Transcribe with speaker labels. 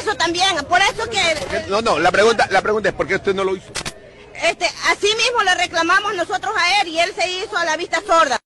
Speaker 1: Eso también, por eso que
Speaker 2: No, no, la pregunta, la pregunta es ¿por qué usted no lo hizo?
Speaker 1: este, así mismo le reclamamos nosotros a él y él se hizo a la vista sorda.